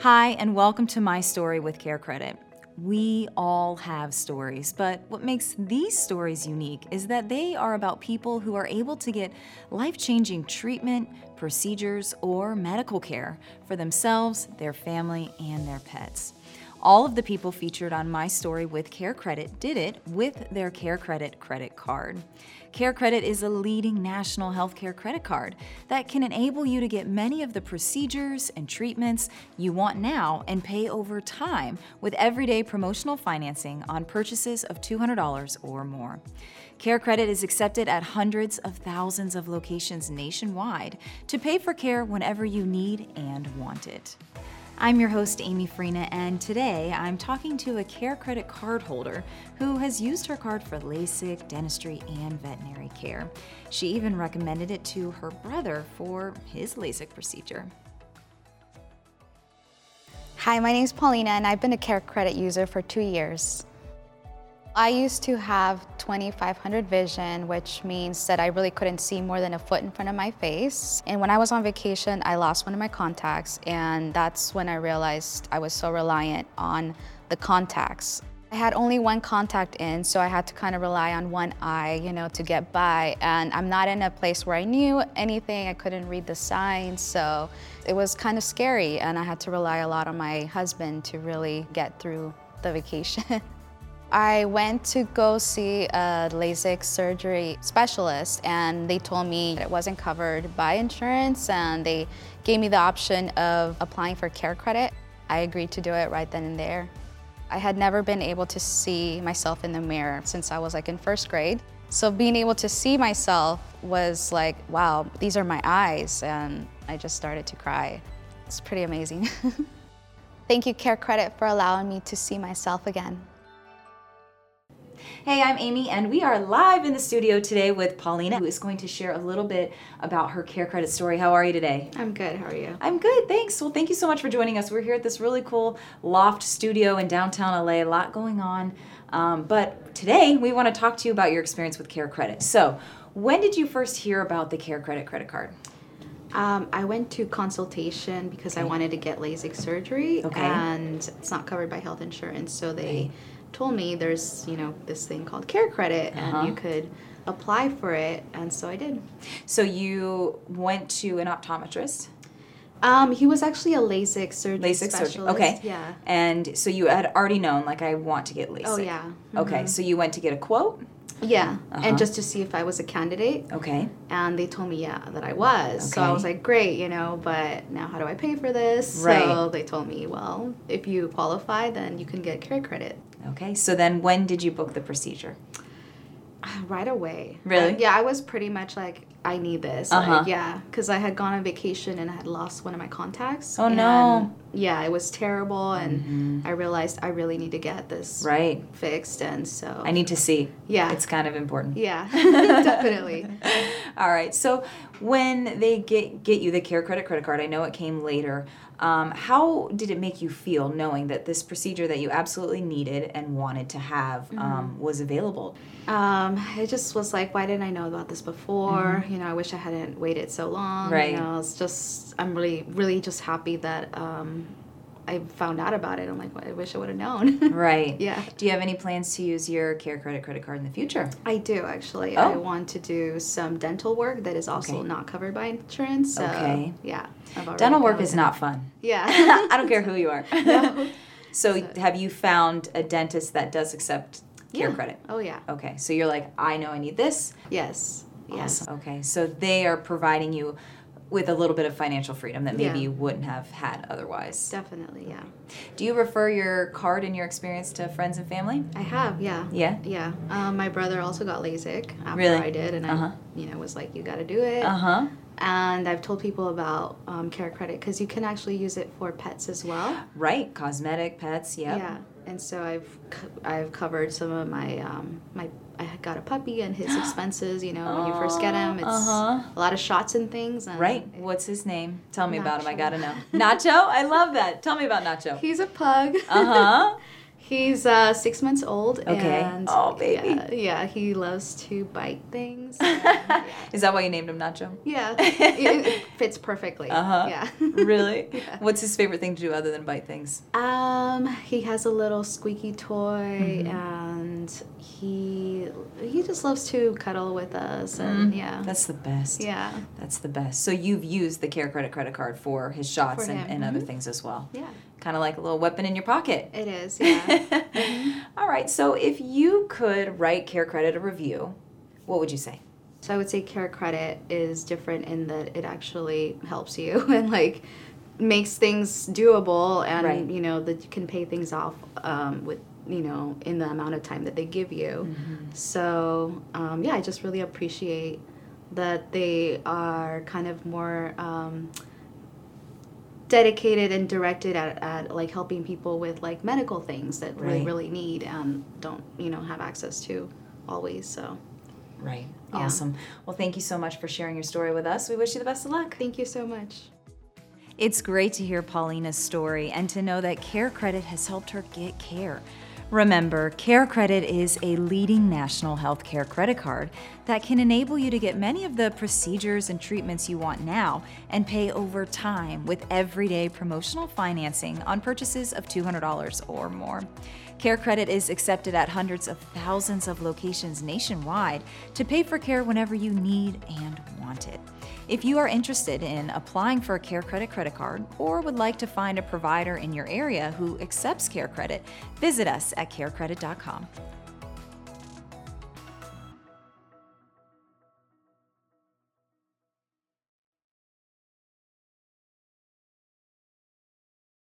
Hi, and welcome to My Story with Care Credit. We all have stories, but what makes these stories unique is that they are about people who are able to get life changing treatment, procedures, or medical care for themselves, their family, and their pets. All of the people featured on My Story with Care Credit did it with their Care Credit credit card. Care Credit is a leading national healthcare credit card that can enable you to get many of the procedures and treatments you want now and pay over time with everyday promotional financing on purchases of $200 or more. Care Credit is accepted at hundreds of thousands of locations nationwide to pay for care whenever you need and want it. I'm your host, Amy Freena, and today I'm talking to a Care Credit card holder who has used her card for LASIK, dentistry, and veterinary care. She even recommended it to her brother for his LASIK procedure. Hi, my name's Paulina, and I've been a Care Credit user for two years. I used to have 2500 vision, which means that I really couldn't see more than a foot in front of my face. And when I was on vacation, I lost one of my contacts, and that's when I realized I was so reliant on the contacts. I had only one contact in, so I had to kind of rely on one eye, you know, to get by. And I'm not in a place where I knew anything. I couldn't read the signs, so it was kind of scary. And I had to rely a lot on my husband to really get through the vacation. I went to go see a LASIK surgery specialist, and they told me that it wasn't covered by insurance, and they gave me the option of applying for care credit. I agreed to do it right then and there. I had never been able to see myself in the mirror since I was like in first grade. So being able to see myself was like, wow, these are my eyes. And I just started to cry. It's pretty amazing. Thank you, Care Credit, for allowing me to see myself again. Hey, I'm Amy, and we are live in the studio today with Paulina, who is going to share a little bit about her Care Credit story. How are you today? I'm good. How are you? I'm good, thanks. Well, thank you so much for joining us. We're here at this really cool loft studio in downtown LA, a lot going on. Um, but today, we want to talk to you about your experience with Care Credit. So, when did you first hear about the Care Credit credit card? Um, I went to consultation because I wanted to get LASIK surgery, Okay. and it's not covered by health insurance. So they told me there's you know this thing called Care Credit, and Uh-huh. you could apply for it, and so I did. So, you went to an optometrist? Um, he was actually a LASIK surgery LASIK specialist. surgery. Okay. Yeah. And so you had already known, like, I want to get LASIK. Oh yeah. Mm-hmm. Okay. So you went to get a quote. Yeah. Uh-huh. And just to see if I was a candidate, Okay. and they told me yeah that I was. So I Okay. was like, great, you know, but now how do I pay for this? So Right. they told me, well, if you qualify, then you can get Care Credit. Okay. So then when did you book the procedure? right away. Really? Uh, yeah, I was pretty much like, I need this. Uh-huh. Like, yeah, because I had gone on vacation and I had lost one of my contacts. Oh, no. Mm-hmm. and, Yeah, it was terrible, and I realized I really need to get this Right. fixed, and so I need to see. yeah, It's kind of important. yeah, definitely. All right. So when they get get you the Care Credit credit card, I know it came later. Um, how did it make you feel knowing that this procedure that you absolutely needed and wanted to have Mm-hmm. um, was available? Um, I just was like, why didn't I know about this before? You know, I wish I hadn't waited so long. Mm-hmm. Right. You know, it's just, I'm really, really just happy that um, I found out about it. I'm like, well, I wish I would have known. Right. yeah. Do you have any plans to use your Care Credit credit card in the future? I do actually. I Oh. want to do some dental work that is also Okay. not covered by insurance. So, Okay. Yeah. I've already Dental work got is it. not fun. Yeah. I don't care who you are. No. So, have you found a dentist that does accept care Yeah. credit? oh yeah. Okay, so you're like, I know I need this. Yes. Yes. Awesome. Okay, so they are providing you with a little bit of financial freedom that maybe Yeah. you wouldn't have had otherwise. Definitely. Yeah. Do you refer your card and your experience to friends and family? I have. Yeah. Yeah. Yeah. Um, my brother also got LASIK after Really? I did, and Uh-huh. I, you know, was like, you got to do it. Uh huh. And I've told people about um, Care Credit because you can actually use it for pets as well. Right. Cosmetic, pets. Yep. Yeah, and so I've co- I've covered some of my um my I had got a puppy and his expenses. You know, when you first get him, it's Uh-huh. a lot of shots and things. And Right. it- What's his name? Tell me about him. I Nacho. gotta know. Nacho. I love that. Tell me about Nacho. He's a pug. Uh huh. He's uh, six months old. Okay. And Oh, baby. Yeah, yeah, he loves to bite things. and- Is that why you named him Nacho? yeah, it, it fits perfectly. Uh-huh. Yeah. Really? Yeah. What's his favorite thing to do other than bite things? Um, he has a little squeaky toy, and he he just loves to cuddle with us, and yeah, Mm-hmm. That's the best. yeah, That's the best. So you've used the Care Credit credit card for his shots For and, him. Mm-hmm. and other things as well. yeah. Kind of like a little weapon in your pocket. It is. Yeah. Mm-hmm. All right. So if you could write Care Credit a review, what would you say? So I would say care credit is different in that it actually helps you and like makes things doable and Right. you know that you can pay things off um, with you know in the amount of time that they give you. Mm-hmm. So um, yeah, I just really appreciate that they are kind of more um, dedicated and directed at, at like helping people with like medical things that Right. they really need and don't you know have access to always. So Right. Yeah. Awesome. Well, thank you so much for sharing your story with us. We wish you the best of luck. thank you so much. It's great to hear Paulina's story and to know that Care Credit has helped her get care. Remember, Care Credit is a leading national healthcare credit card that can enable you to get many of the procedures and treatments you want now and pay over time with everyday promotional financing on purchases of $200 or more. Care Credit is accepted at hundreds of thousands of locations nationwide to pay for care whenever you need and want it. If you are interested in applying for a Care Credit credit card or would like to find a provider in your area who accepts Care Credit, visit us at carecredit.com.